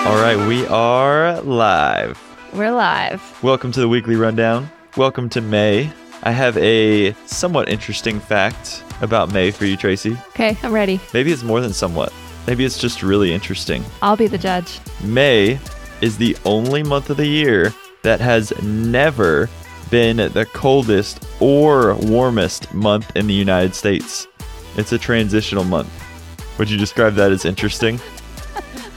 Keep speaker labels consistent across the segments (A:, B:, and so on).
A: All right, we are live.
B: We're live.
A: Welcome to the weekly rundown. Welcome to May. I have a somewhat interesting fact about May for you, Tracy.
B: Okay, I'm ready.
A: Maybe it's more than somewhat. Maybe it's just really interesting.
B: I'll be the judge.
A: May is the only month of the year that has never been the coldest or warmest month in the United States. It's a transitional month. Would you describe that as interesting?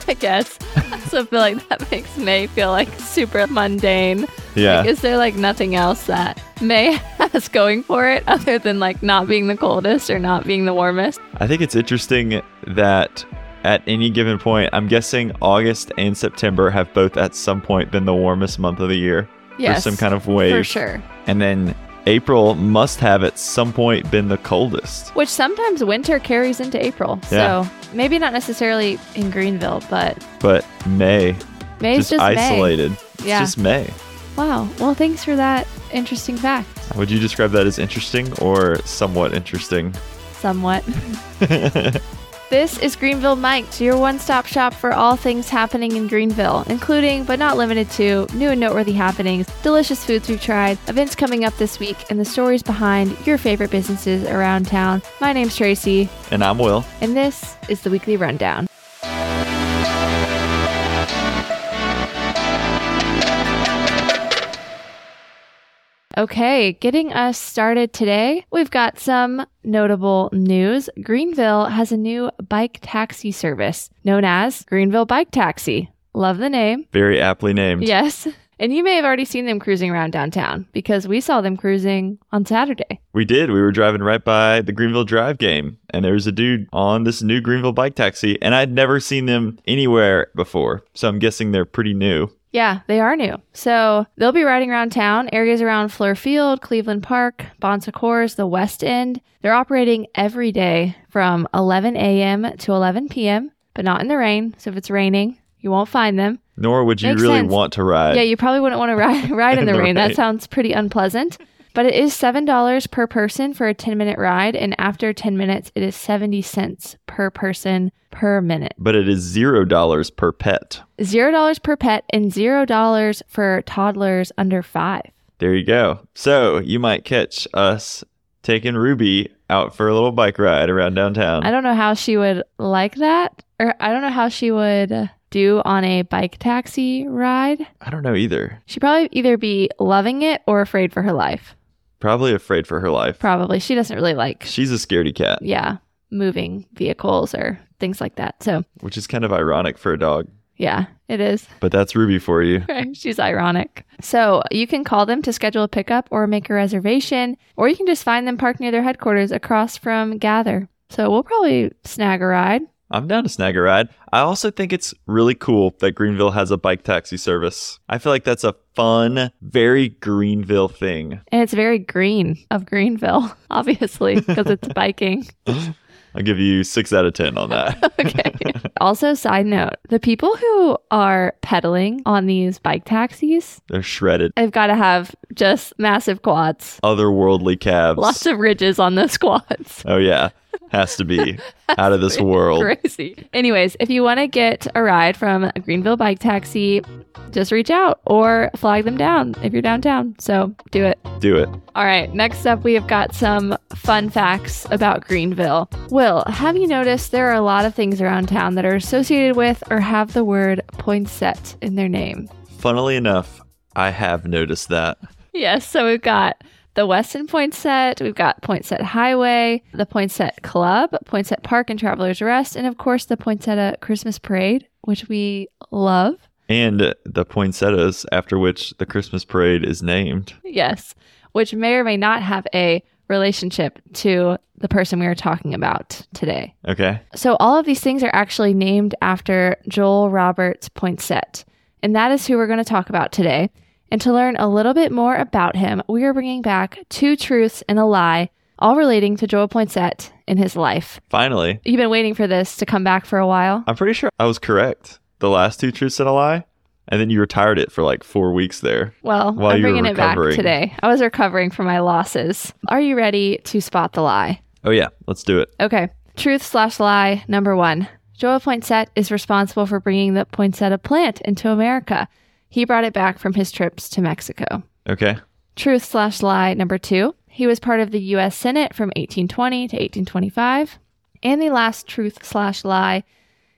B: I guess. I also feel like that makes May feel like super mundane.
A: Yeah.
B: Like, is there like nothing else that May has going for it other than like not being the coldest or not being the warmest?
A: I think it's interesting that at any given point, I'm guessing August and September have both at some point been the warmest month of the year
B: Yes.
A: for some kind of wave.
B: For sure.
A: And then April must have at some point been the coldest.
B: Which sometimes winter carries into April.
A: Yeah.
B: So maybe not necessarily in Greenville, but
A: But May, just,
B: May's just, May.
A: isolated. It's
B: Yeah.
A: just May.
B: Wow. Well, thanks for that interesting fact.
A: Would you describe that as interesting or somewhat interesting?
B: somewhat. this is Greenville Mike's, your one stop shop for all things happening in Greenville, including but not limited to new and noteworthy happenings, delicious foods we've tried, events coming up this week, and the stories behind your favorite businesses around town. My name's Tracy,
A: And I'm Will.
B: and this is the Weekly Rundown. Okay, getting us started today, we've got some notable news. Greenville has a new bike taxi service known as Greenville Bike Taxi. Love the name.
A: Very aptly named.
B: Yes. And you may have already seen them cruising around downtown because we saw them cruising on Saturday.
A: We did. We were driving right by the Greenville Drive game, and there was a dude on this new Greenville bike taxi, and I'd never seen them anywhere before. So I'm guessing they're pretty new.
B: Yeah, they are new. So they'll be riding around town, areas around Fleur Field, Cleveland Park, Bon Secours, the West End. They're operating every day from 11 a.m. to 11 p.m., but not in the rain. So if it's raining, you won't find them.
A: Nor would you
B: Makes
A: really
B: sense.
A: want to ride.
B: Yeah, you probably wouldn't want to ride, ride in the,
A: the
B: rain.
A: rain.
B: That sounds pretty unpleasant. But it is $7 per person for a 10 minute ride. And after 10 minutes, it is 70 cents per person per minute.
A: but it is zero dollars per pet.
B: Zero dollars per pet and zero dollars for toddlers under five.
A: There you go. So you might catch us taking Ruby out for a little bike ride around downtown.
B: I don't know how she would like that, or I don't know how she would do on a bike taxi ride.
A: I don't know either.
B: She'd probably either be loving it or afraid for her life.
A: Probably afraid for her life.
B: Probably. She doesn't really like,
A: She's a scaredy cat,
B: yeah, moving vehicles or things like that. So,
A: which is kind of ironic for a dog.
B: yeah, it is.
A: But that's Ruby for you.
B: She's ironic. So, you can call them to schedule a pickup or make a reservation, or you can just find them parked near their headquarters across from Gather. So, we'll probably snag a ride.
A: I'm down to snag a ride. I also think it's really cool that Greenville has a bike taxi service. I feel like that's a fun, very Greenville thing.
B: And it's very green of Greenville, obviously, because it's biking.
A: I'll give you six out of 10 on that.
B: Okay. also, side note the people who are pedaling on these bike taxis,
A: They're shredded,
B: they've got to have just massive quads,
A: otherworldly calves.
B: lots of ridges on those quads.
A: oh, yeah. Has to be out of this world.
B: Crazy. Anyways, if you want to get a ride from a Greenville bike taxi, just reach out or flag them down if you're downtown. So do it.
A: Do it.
B: All right, next up, we have got some fun facts about Greenville. Will, have you noticed there are a lot of things around town that are associated with or have the word poinsett in their name?
A: Funnily enough, I have noticed that.
B: Yes, so we've got the Weston Poinsett, we've got Poinsett Highway, the Poinsett Club, Poinsett Park and Traveler's Rest, and of course the Poinsetta Christmas Parade, which we love.
A: And the poinsettias, after which the Christmas parade is named.
B: Yes, which may or may not have a relationship to the person we are talking about today.
A: Okay.
B: So all of these things are actually named after Joel Roberts Poinsett, and that is who we're going to talk about today. And to learn a little bit more about him, we are bringing back two truths and a lie, all relating to Joel Poinsett and his life.
A: Finally,
B: You've been waiting for this to come back for a while.
A: I'm pretty sure I was correct. The last two truths and a lie. And then you retired it for like four weeks there.
B: Well,
A: While
B: I'm
A: you were
B: bringing it back
A: recovering.
B: today. I was recovering from my losses. Are you ready to spot the lie?
A: Oh, yeah. Let's do it.
B: Okay. Truth slash lie number one. Joel Poinsett is responsible for bringing the poinsettia plant into America. He brought it back from his trips to Mexico.
A: Okay.
B: Truth slash lie number two. He was part of the U.S. Senate from 1820 to 1825. And the last truth slash lie.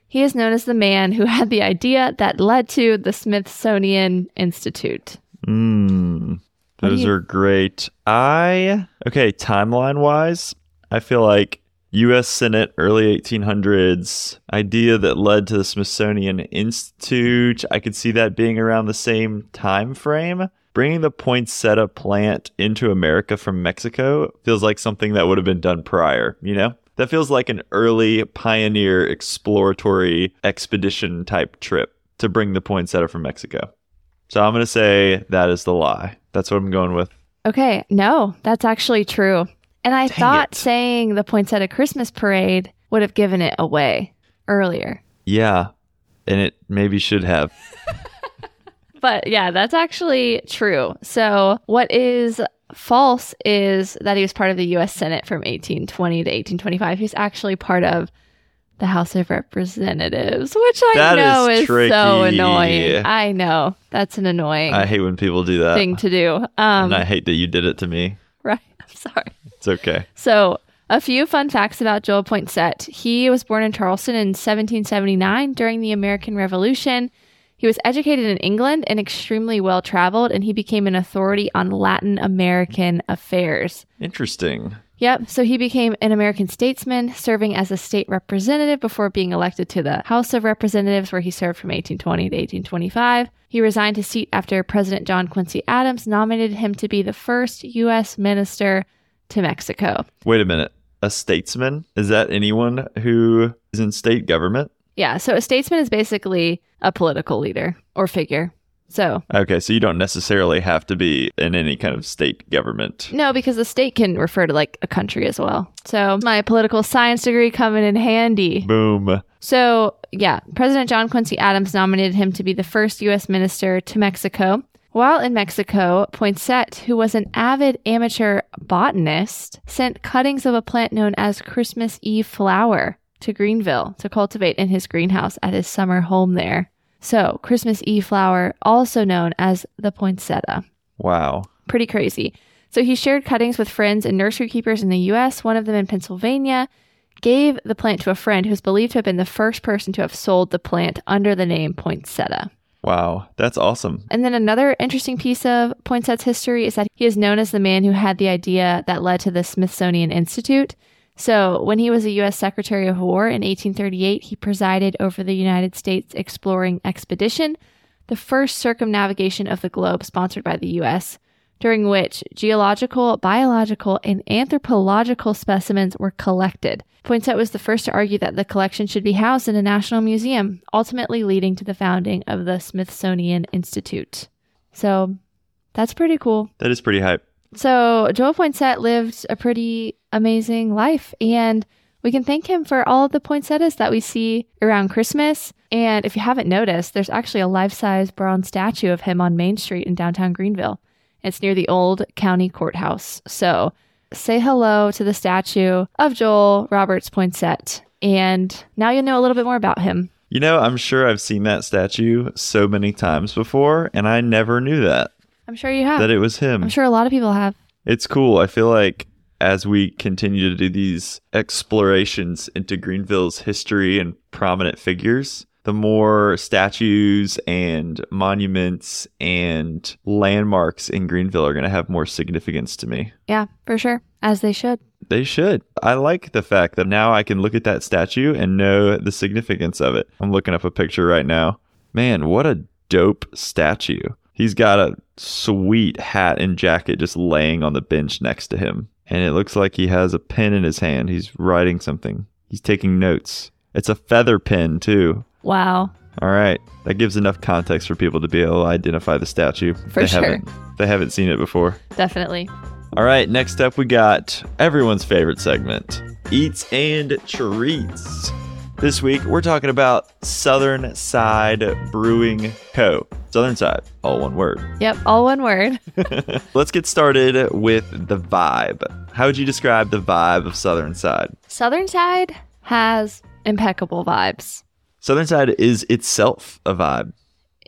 B: He is known as the man who had the idea that led to the Smithsonian Institute.
A: Mm,
B: What do
A: those
B: you-
A: are great. I okay, timeline wise, I feel like US Senate early 1800s idea that led to the Smithsonian Institute. I could see that being around the same time frame. Bringing the poinsettia plant into America from Mexico feels like something that would have been done prior, you know? That feels like an early pioneer exploratory expedition type trip to bring the poinsettia from Mexico. So I'm going to say that is the lie. That's what I'm going with.
B: Okay, no, that's actually true. And I
A: Dang
B: thought
A: it.
B: saying the poinsettia Christmas parade would have given it away earlier.
A: Yeah. And it maybe should have.
B: But yeah, that's actually true. So, what is false is that he was part of the U.S. Senate from 1820 to 1825. He's actually part of the House of Representatives, which I
A: That
B: know
A: is
B: is, so
A: tricky.
B: annoying. I know that's an annoying
A: I hate when people do that.
B: thing to do. Um,
A: and I hate that you did it to me.
B: right. I'm sorry.
A: It's okay.
B: So, a few fun facts about Joel Poinsett. He was born in Charleston in 1779 during the American Revolution. He was educated in England and extremely well traveled, and he became an authority on Latin American affairs.
A: Interesting.
B: Yep, so he became an American statesman, serving as a state representative before being elected to the House of Representatives, where he served from 1820 to 1825. He resigned his seat after President John Quincy Adams nominated him to be the first U.S. minister to Mexico.
A: Wait a minute. A statesman? Is that anyone who is in state government?
B: Yeah, so a statesman is basically a political leader or figure. So,
A: Okay, so you don't necessarily have to be in any kind of state government.
B: no, because the state can refer to like a country as well. So, my political science degree coming in handy.
A: Boom.
B: So, yeah, President John Quincy Adams nominated him to be the first U.S. minister to Mexico. While in Mexico, Poinsett, who was an avid amateur botanist, sent cuttings of a plant known as Christmas Eve flower to Greenville to cultivate in his greenhouse at his summer home there. So, Christmas Eve flower, also known as the poinsettia.
A: Wow.
B: Pretty crazy. So he shared cuttings with friends and nursery keepers in the US, one of them in Pennsylvania, gave the plant to a friend who's believed to have been the first person to have sold the plant under the name poinsettia.
A: Wow. That's awesome.
B: And then another interesting piece of Poinset's history is that he is known as the man who had the idea that led to the Smithsonian Institute. So, when he was a U.S. Secretary of War in 1838, he presided over the United States Exploring Expedition, the first circumnavigation of the globe sponsored by the U.S., during which geological, biological, and anthropological specimens were collected. Poinsett was the first to argue that the collection should be housed in a national museum, ultimately leading to the founding of the Smithsonian Institute. So that's pretty cool.
A: That is pretty hype.
B: So Joel Poinsett lived a pretty amazing life, and we can thank him for all of the poinsettias that we see around Christmas. And if you haven't noticed, there's actually a life-size bronze statue of him on Main Street in downtown Greenville. It's near the old county courthouse. So say hello to the statue of Joel Roberts Poinsett, and now you'll know a little bit more about him.
A: You know, I'm sure I've seen that statue so many times before, and I never knew that,
B: I'm sure you have.
A: that it was him.
B: I'm sure a lot of people have.
A: It's cool. I feel like as we continue to do these explorations into Greenville's history and prominent figures, the more statues and monuments and landmarks in Greenville are going to have more significance to me.
B: Yeah, for sure, as they should.
A: They should. I like the fact that now I can look at that statue and know the significance of it. I'm looking up a picture right now. Man, what a dope statue. He's got a sweet hat and jacket just laying on the bench next to him. And it looks like he has a pen in his hand. He's writing something, he's taking notes. It's a feather pen, too.
B: Wow.
A: All right. That gives enough context for people to be able to identify the statue. if
B: For
A: they
B: sure.
A: Haven't, if they haven't seen it before.
B: Definitely.
A: All right, next up we got everyone's favorite segment Eats and Treats. This week we're talking about Southern Side Brewing Co. Southern Side, all one word.
B: Yep, all one word.
A: Let's get started with the vibe. How would you describe the vibe of Southern Side?
B: Southern Side has impeccable vibes.
A: Southern Side is itself a vibe.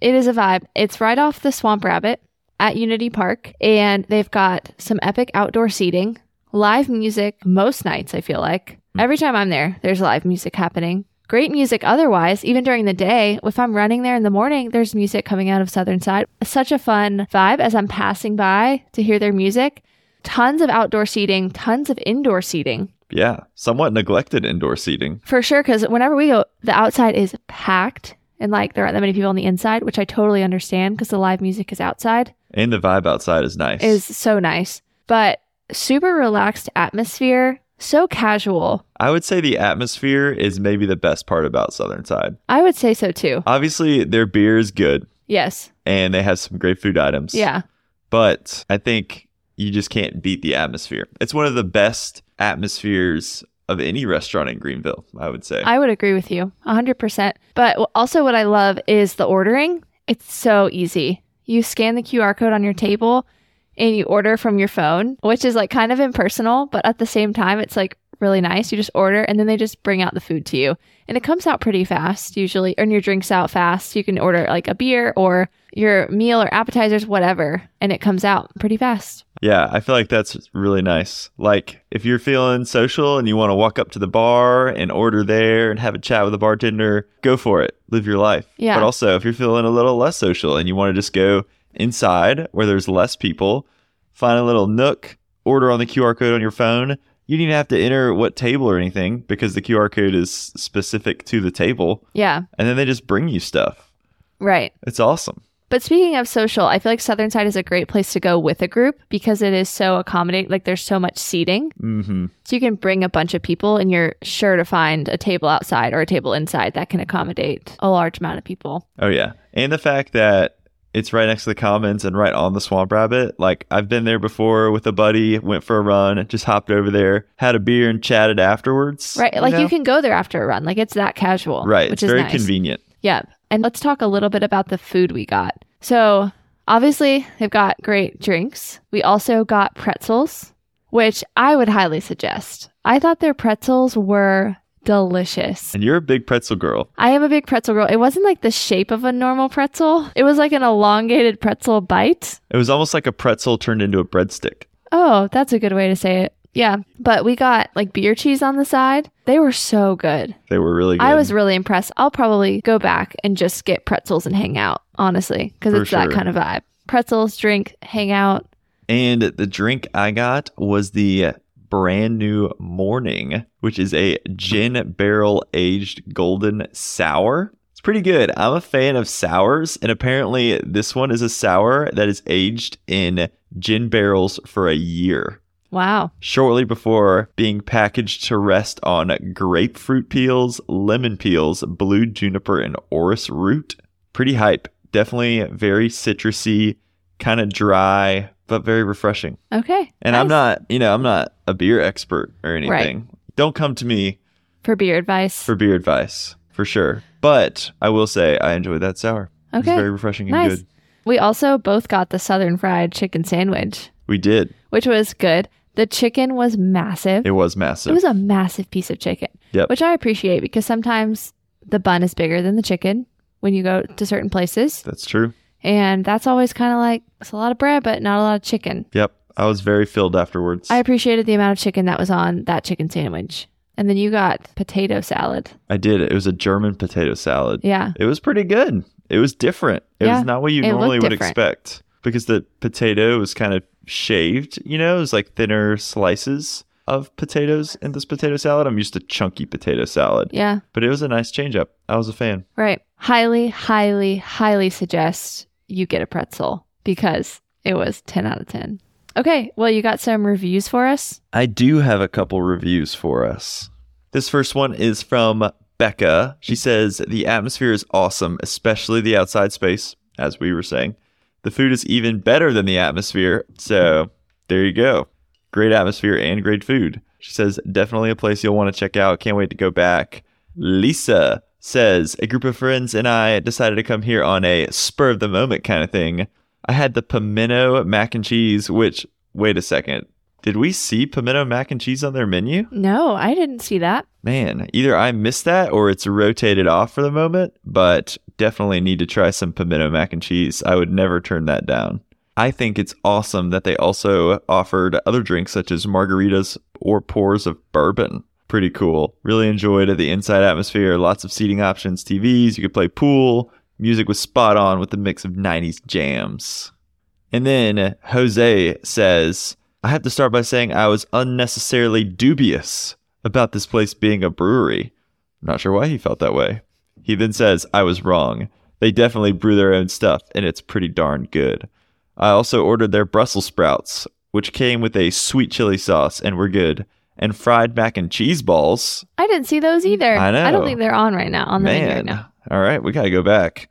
B: It is a vibe. It's right off the Swamp Rabbit at Unity Park, and they've got some epic outdoor seating, live music most nights, I feel like. Every time I'm there, there's live music happening. Great music otherwise, even during the day. If I'm running there in the morning, there's music coming out of Southern Side. Such a fun vibe as I'm passing by to hear their music. Tons of outdoor seating, tons of indoor seating.
A: Yeah, somewhat neglected indoor seating.
B: For sure, because whenever we go, the outside is packed and like there aren't that many people on the inside, which I totally understand because the live music is outside,
A: And the vibe outside is nice.
B: is so nice. But super relaxed atmosphere, so casual.
A: I would say the atmosphere is maybe the best part about Southern Side.
B: I would say so too.
A: Obviously, their beer is good
B: Yes.
A: and they have some great food items.
B: Yeah.
A: But I think you just can't beat the atmosphere. It's one of the best atmospheres of any restaurant in Greenville, I would say.
B: I would agree with you 100%. But w- also, what I love is the ordering. It's so easy. You scan the QR code on your table and you order from your phone, which is like kind of impersonal, but at the same time, it's like really nice. You just order and then they just bring out the food to you. And it comes out pretty fast, usually, and your drinks out fast. You can order like a beer or your meal or appetizers, whatever, and it comes out pretty fast.
A: yeah, I feel like that's really nice. Like, if you're feeling social and you want to walk up to the bar and order there and have a chat with the bartender, go for it. Live your life.
B: Yeah.
A: But also, if you're feeling a little less social and you want to just go inside where there's less people, find a little nook, order on the QR code on your phone. You don't even have to enter what table or anything because the QR code is specific to the table.
B: Yeah,
A: and then they just bring you stuff.
B: right.
A: It's awesome.
B: But speaking of social, I feel like Southern Side is a great place to go with a group because it is so accommodating. Like there's so much seating.
A: hmm
B: So you can bring a bunch of people and you're sure to find a table outside or a table inside that can accommodate a large amount of people.
A: Oh yeah, and the fact that it's right next to the commons and right on the swamp rabbit. Like I've been there before with a buddy, went for a run, just hopped over there, had a beer, and chatted afterwards.
B: Right. like
A: know?
B: you can go there after a run. Like it's that casual.
A: Right,
B: Which
A: it's
B: is
A: very
B: nice.
A: convenient.
B: Yeah. And let's talk a little bit about the food we got. So, obviously, they've got great drinks. We also got pretzels, which I would highly suggest. I thought their pretzels were delicious.
A: And you're a big pretzel girl.
B: I am a big pretzel girl. It wasn't like the shape of a normal pretzel. It was like an elongated pretzel bite.
A: It was almost like a pretzel turned into a breadstick.
B: Oh, that's a good way to say it. Yeah. But we got like beer cheese on the side. They were so good.
A: They were really good.
B: I was really impressed. I'll probably go back and just get pretzels and hang out, honestly, because
A: For
B: it's
A: sure.
B: that kind of vibe. Pretzels, drink, hang out.
A: And the drink I got was the brand new morning, which is a gin barrel aged golden sour. It's pretty good. I'm a fan of sours, and apparently this one is a sour that is aged in gin barrels for a year.
B: Wow.
A: Shortly before being packaged to rest on grapefruit peels, lemon peels, blue juniper, and orris root. Pretty hype. Definitely very citrusy, kind of dry, but very refreshing.
B: Okay.
A: And I'm
B: Nice.
A: not, you know, I'm not a beer expert or anything. Don't come to me
B: For beer advice.
A: for beer advice, for sure. But I will say I enjoyed that sour. It was
B: Okay.
A: very refreshing and
B: Nice.
A: good.
B: we also both got the Southern Fried Chicken Sandwich,
A: We did.
B: which was good. The chicken was massive.
A: It was massive.
B: It was a massive piece of chicken,
A: Yep.
B: which I appreciate because sometimes the bun is bigger than the chicken when you go to certain places.
A: That's true.
B: And that's always kind of like, it's a lot of bread, but not a lot of chicken.
A: Yep. I was very filled afterwards.
B: I appreciated the amount of chicken that was on that chicken sandwich. And then you got potato salad.
A: I did. It was a German potato salad.
B: Yeah.
A: It was pretty good. It was different. It
B: Yeah,
A: was not what you
B: it looked
A: normally would
B: different.
A: expect because the potato was kind of shaved, you know, it was like thinner slices of potatoes in this potato salad. I'm used to chunky potato salad.
B: Yeah.
A: But it was a nice change up. I was a fan.
B: Right. Highly, highly, highly suggest you get a pretzel because it was 10 out of 10. Okay. Well, you got some reviews for us.
A: I do have a couple reviews for us. This first one is from Becca. She says, The atmosphere is awesome, especially the outside space, as we were saying. The food is even better than the atmosphere. So there you go. Great atmosphere and great food. She says, Definitely a place you'll want to check out. Can't wait to go back. Lisa says, A group of friends and I decided to come here on a spur of the moment kind of thing. I had the pimento mac and cheese, which, wait a second, Did we see pimento mac and cheese on their menu?
B: No, I didn't see that.
A: Man, either I missed that or it's rotated off for the moment, but definitely need to try some pimento mac and cheese. I would never turn that down. I think it's awesome that they also offered other drinks such as margaritas or pours of bourbon. Pretty cool. Really enjoyed the inside atmosphere, lots of seating options, TVs, you could play pool. Music was spot on with the mix of 90s jams. And then Jose says, I have to start by saying I was unnecessarily dubious about this place being a brewery. Not sure why he felt that way. He then says, I was wrong. They definitely brew their own stuff, and it's pretty darn good. I also ordered their Brussels sprouts, which came with a sweet chili sauce and were good, and fried mac and cheese balls.
B: I didn't see those either.
A: I know.
B: I don't think they're on right now on the menu right
A: Man,
B: now.
A: all right, we gotta go back.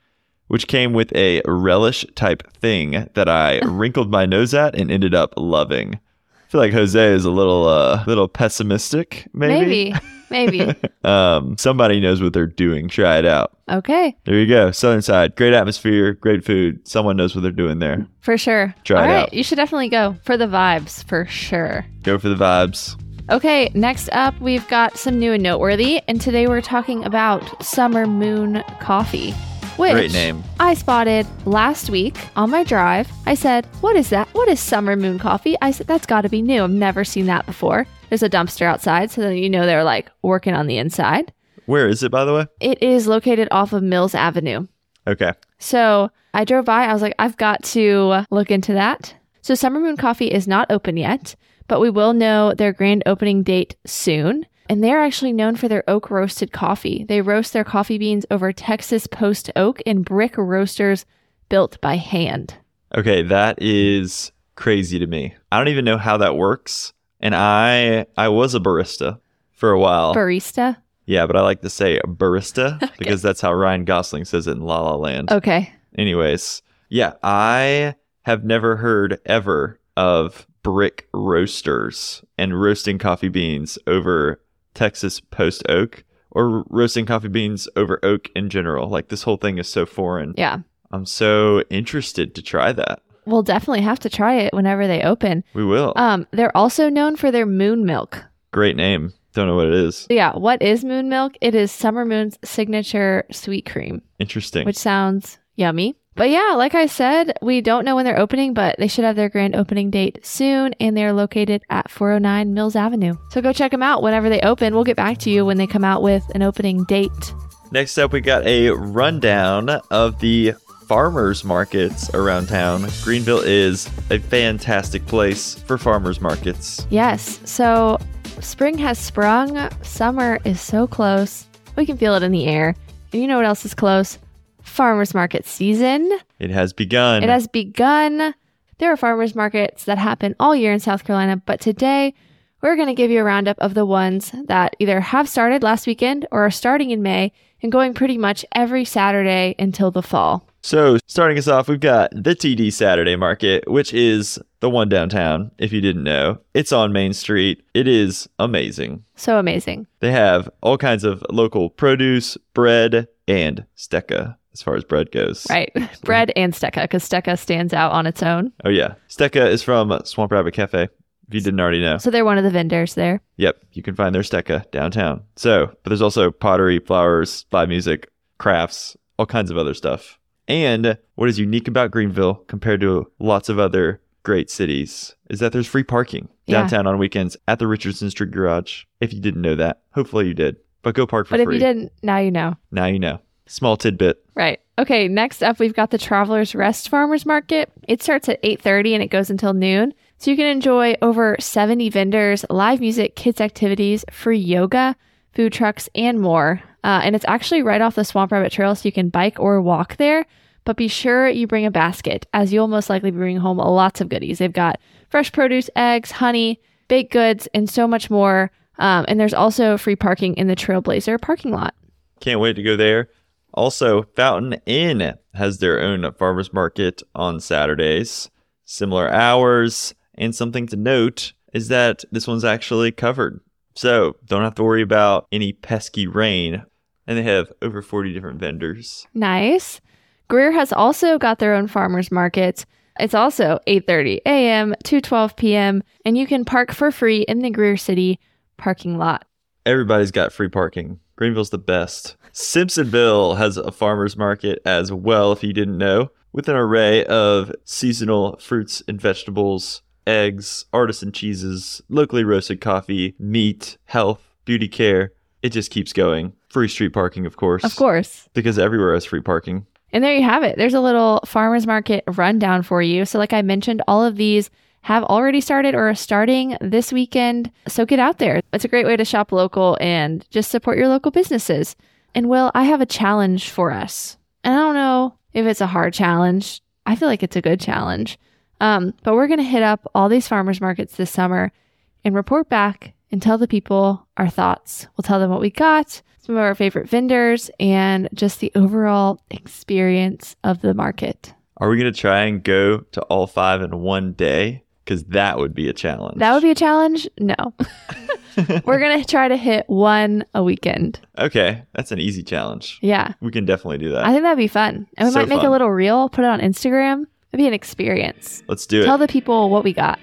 A: Which came with a relish type thing that I wrinkled my nose at and ended up loving. I feel like Jose is a little, uh, little pessimistic, maybe.
B: Maybe. Maybe.
A: Um, somebody knows what they're doing. Try it out.
B: okay.
A: There you go. Southern side, great atmosphere, great food. Someone knows what they're doing there.
B: For sure.
A: Try
B: All
A: it
B: right.
A: out.
B: You should definitely go for the vibes, for sure.
A: Go for the vibes.
B: Okay, next up, we've got some new and noteworthy, and today we're talking about Summer Moon Coffee, which
A: Great name.
B: I spotted last week on my drive. I said, What is that? What is Summer Moon Coffee? I said, That's gotta be new. I've never seen that before. There's a dumpster outside, so then you know they're like working on the inside.
A: Where is it, by the way?
B: It is located off of Mills Avenue.
A: Okay.
B: So I drove by. I was like, I've got to look into that. So Summer Moon Coffee is not open yet, but we will know their grand opening date soon. And they're actually known for their oak roasted coffee. They roast their coffee beans over Texas post oak in brick roasters built by hand.
A: Okay, that is crazy to me. I don't even know how that works. And I I was a barista for a while.
B: Barista.
A: yeah, but I like to say barista because that's how Ryan Gosling says it in La La Land.
B: Okay.
A: Anyways, yeah, I have never heard ever of brick roasters and roasting coffee beans over Texas post oak or roasting coffee beans over oak in general. Like this whole thing is so foreign.
B: Yeah.
A: I'm so interested to try that.
B: We'll definitely have to try it whenever they open.
A: We will.
B: Um, they're also known for their moon milk.
A: Great name. Don't know what it is.
B: Yeah. What is moon milk? It is Summer Moon's signature sweet cream.
A: Interesting.
B: which sounds yummy. But yeah, like I said, we don't know when they're opening, but they should have their grand opening date soon, and they're located at 409 Mills Avenue. So go check them out whenever they open. We'll get back to you when they come out with an opening date.
A: Next up, we got a rundown of the farmers markets around town. Greenville is a fantastic place for farmers markets.
B: Yes, so spring has sprung, summer is so close. We can feel it in the air. And you know what else is close? Farmers market season.
A: It has begun.
B: It has begun. There are farmers markets that happen all year in South Carolina, but today we're going to give you a roundup of the ones that either have started last weekend or are starting in May and going pretty much every Saturday until the fall.
A: so, starting us off, we've got the TD Saturday Market, which is the one downtown, if you didn't know. It's on Main Street. It is amazing.
B: So amazing.
A: They have all kinds of local produce, bread, and stecca as far as bread goes.
B: Right. Bread and Stecca, because Stecca stands out on its own.
A: Oh yeah, Stecca is from Swamp Rabbit Cafe. If you didn't already know,
B: So they're one of the vendors there.
A: yep, you can find their Stecca downtown. So, but there's also pottery, flowers, live music, crafts, all kinds of other stuff. And what is unique about Greenville compared to lots of other great cities is that there's free parking
B: Yeah.
A: downtown on weekends at the Richardson Street Garage. If you didn't know that, hopefully you did. But go park for
B: But if
A: free.
B: you didn't, now you know.
A: Now you know. Small tidbit.
B: Right. Okay, next up we've got the Travelers Rest Farmers Market. It starts at 8:30 and it goes until noon. So you can enjoy over 70 vendors, live music, kids activities, free yoga, food trucks and more. Uh, and it's actually right off the Swamp Rabbit Trail so you can bike or walk there, but be sure you bring a basket as you'll most likely be bringing home lots of goodies. They've got fresh produce, eggs, honey, baked goods and so much more. Um, and there's also free parking in the Trailblazer parking lot.
A: Can't wait to go there. Also, Fountain Inn has their own farmers market on Saturdays, similar hours. And something to note is that this one's actually covered. So don't have to worry about any pesky rain. And they have over 40 different vendors.
B: Nice. Greer has also got their own farmers markets. It's also 8:30 a.m. to 12 p.m. and you can park for free in the Greer City parking lot.
A: Everybody's got free parking. Greenville's the best. Simpsonville has a farmer's market as well, if you didn't know, with an array of seasonal fruits and vegetables, eggs, artisan cheeses, locally roasted coffee, meat, health, beauty care. It just keeps going. Free street parking, of course.
B: Of course.
A: Because everywhere has free parking.
B: And there you have it. There's a little farmers market rundown for you. So like I mentioned, all of these have already started or are starting this weekend. So get out there. It's a great way to shop local and just support your local businesses. And Will, I have a challenge for us. And I don't know if it's a hard challenge. I feel like it's a good challenge. Um, but we're going to hit up all these farmers markets this summer and report back and tell the people our thoughts. We'll tell them what we got, some of our favorite vendors, and just the overall experience of the market.
A: Are we going to try and go to all five in one day? Because that would be a challenge.
B: That would be a challenge? No. We're going to try to hit one a weekend.
A: okay. That's an easy challenge.
B: Yeah.
A: We can definitely do that.
B: I think that'd be fun. And we
A: So
B: might make a
A: fun.
B: little reel, put it on Instagram. It'd be an experience.
A: Let's do it.
B: Tell the people what we got.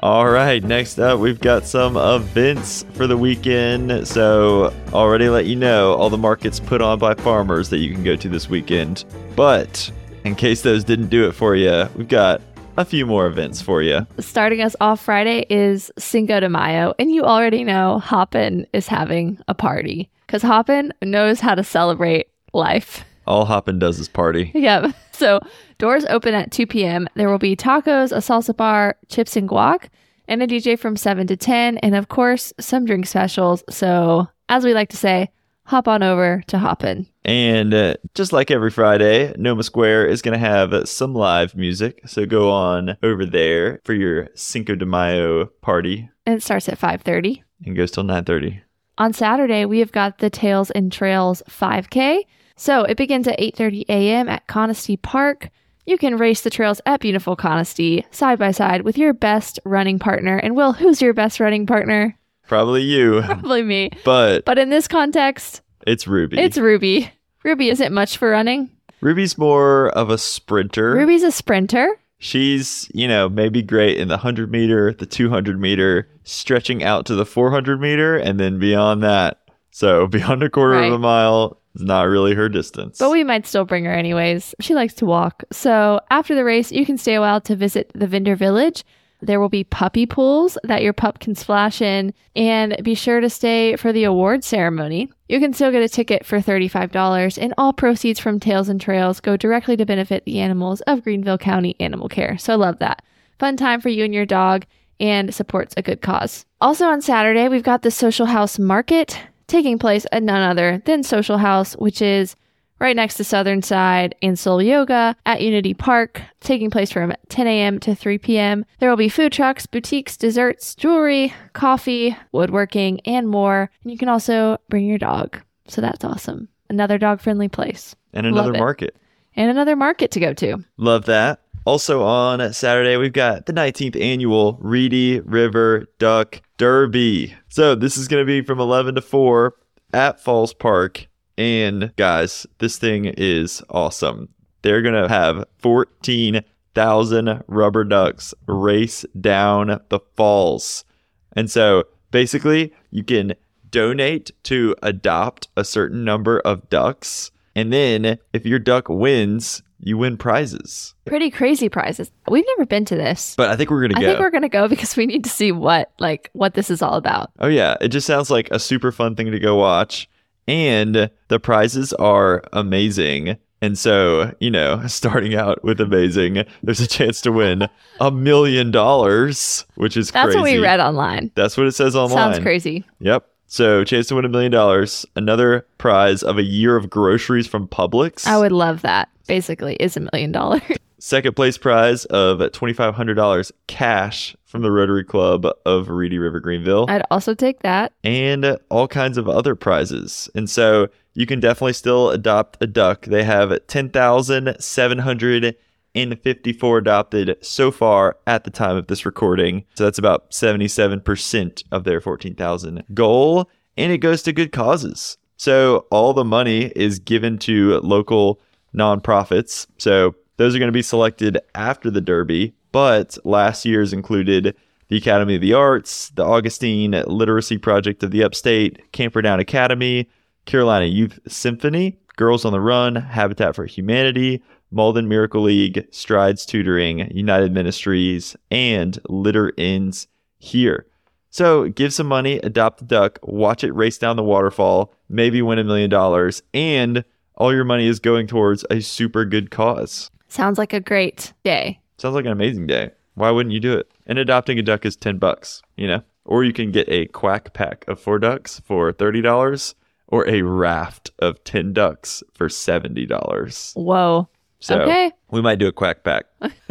A: All right, next up, we've got some events for the weekend. So, already let you know all the markets put on by farmers that you can go to this weekend. But in case those didn't do it for you, we've got a few more events for you.
B: Starting us off Friday is Cinco de Mayo, and you already know Hoppin is having a party because Hoppin knows how to celebrate life.
A: All Hoppin' does is party.
B: Yep. So doors open at 2 p.m. There will be tacos, a salsa bar, chips and guac, and a DJ from 7 to 10, and of course, some drink specials. So, as we like to say, hop on over to Hoppin.
A: And uh, just like every Friday, Noma Square is going to have some live music. So, go on over there for your Cinco de Mayo party
B: And it starts at 5:30.
A: and goes till 9.30.
B: On Saturday, we have got the Tails and Trails 5K. So it begins at 8:30 a.m. at Conestee Park. You can race the trails at beautiful Conestee side by side with your best running partner. And Will, who's your best running partner?
A: Probably you,
B: Probably me.
A: but
B: But in this context,
A: it's Ruby.
B: it's Ruby. Ruby isn't much for running.
A: Ruby's more of a sprinter.
B: Ruby's a sprinter.
A: She's, you know, maybe great in the 100 meter, the 200 meter, stretching out to the 400 meter, and then beyond that. So beyond a quarter
B: Right.
A: of a mile is not really her distance.
B: But we might still bring her anyways. She likes to walk. So after the race, you can stay a while to visit the vendor village. There will be puppy pools that your pup can splash in, and be sure to stay for the award ceremony. You can still get a ticket for $35, and all proceeds from Tails and Trails go directly to benefit the animals of Greenville County Animal Care. So I love that. Fun time for you and your dog, and supports a good cause. Also on Saturday, we've got the Social House Market taking place at none other than Social House, which is right next to Southern Side and Soul Yoga at Unity Park, taking place from 10 a.m. to 3 p.m. There will be food trucks, boutiques, desserts, jewelry, coffee, woodworking, and more. And you can also bring your dog. So that's awesome. Another dog friendly place
A: and another
B: love it.
A: market.
B: and another market to go to.
A: Love that. Also on Saturday, we've got the 19th annual Reedy River Duck Derby. So this is going to be from 11 to 4 at Falls Park. And guys, this thing is awesome. They're going to have 14,000 rubber ducks race down the falls. And so basically, you can donate to adopt a certain number of ducks. And then if your duck wins, you win prizes.
B: Pretty crazy prizes. We've never been to this.
A: But I think we're going to
B: I
A: go.
B: think we're gonna go because we need to see what like what this is all about.
A: oh, yeah. It just sounds like a super fun thing to go watch. And the prizes are amazing. And so, you know, starting out with amazing, there's a chance to win a million dollars, which is
B: That's
A: crazy.
B: what we read online.
A: That's what it says online.
B: Sounds crazy.
A: Yep. So chance to win a million dollars, another prize of a year of groceries from Publix.
B: I would love that. Basically, is a million dollars.
A: Second place prize of twenty five hundred dollars cash from the Rotary Club of Reedy River Greenville,
B: I'd also take that.
A: and all kinds of other prizes. And so you can definitely still adopt a duck. They have ten thousand seven hundred and fifty four adopted so far at the time of this recording. So that's about seventy seven percent of their fourteen thousand goal, and it goes to good causes. So all the money is given to local nonprofits. So Those are going to be selected after the Derby, but last year's included the Academy of the Arts, the Augustine Literacy Project of the Upstate, Camperdown Academy, Carolina Youth Symphony, Girls on the Run, Habitat for Humanity, Malden Miracle League, Strides Tutoring, United Ministries, and Litter Ends Here. So give some money, adopt a duck, watch it race down the waterfall, maybe win a million dollars, and all your money is going towards a super good cause.
B: Sounds like a great day.
A: Sounds like an amazing day. Why wouldn't you do it? And adopting a duck is 10 bucks, you know? Or you can get a quack pack of four ducks for $30 or a raft of 10 ducks for $70.
B: Whoa.
A: So
B: Okay.
A: we might do a quack pack.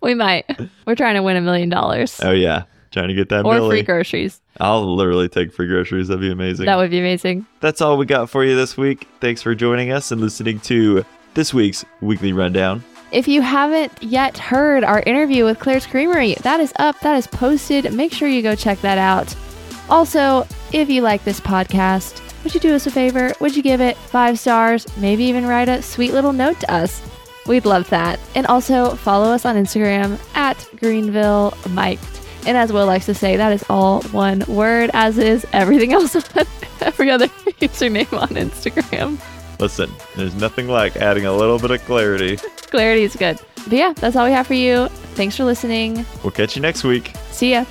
B: We might. We're trying to win a million dollars
A: Oh, yeah. Trying to get that
B: or
A: milli.
B: free groceries.
A: I'll literally take free groceries. That'd be amazing.
B: That would be amazing.
A: That's all we got for you this week. Thanks for joining us and listening to this week's weekly rundown.
B: If you haven't yet heard our interview with Claire's Creamery, that is up, that is posted. Make sure you go check that out. Also, if you like this podcast, would you do us a favor? Would you give it five stars? Maybe even write a sweet little note to us. We'd love that. And also follow us on Instagram at Greenville Mic'd. And as Will likes to say, that is all one word, as is everything else on every other username on Instagram.
A: Listen, there's nothing like adding a little bit of clarity.
B: Clarity is good. But yeah, that's all we have for you. Thanks for listening.
A: We'll catch you next week.
B: See ya.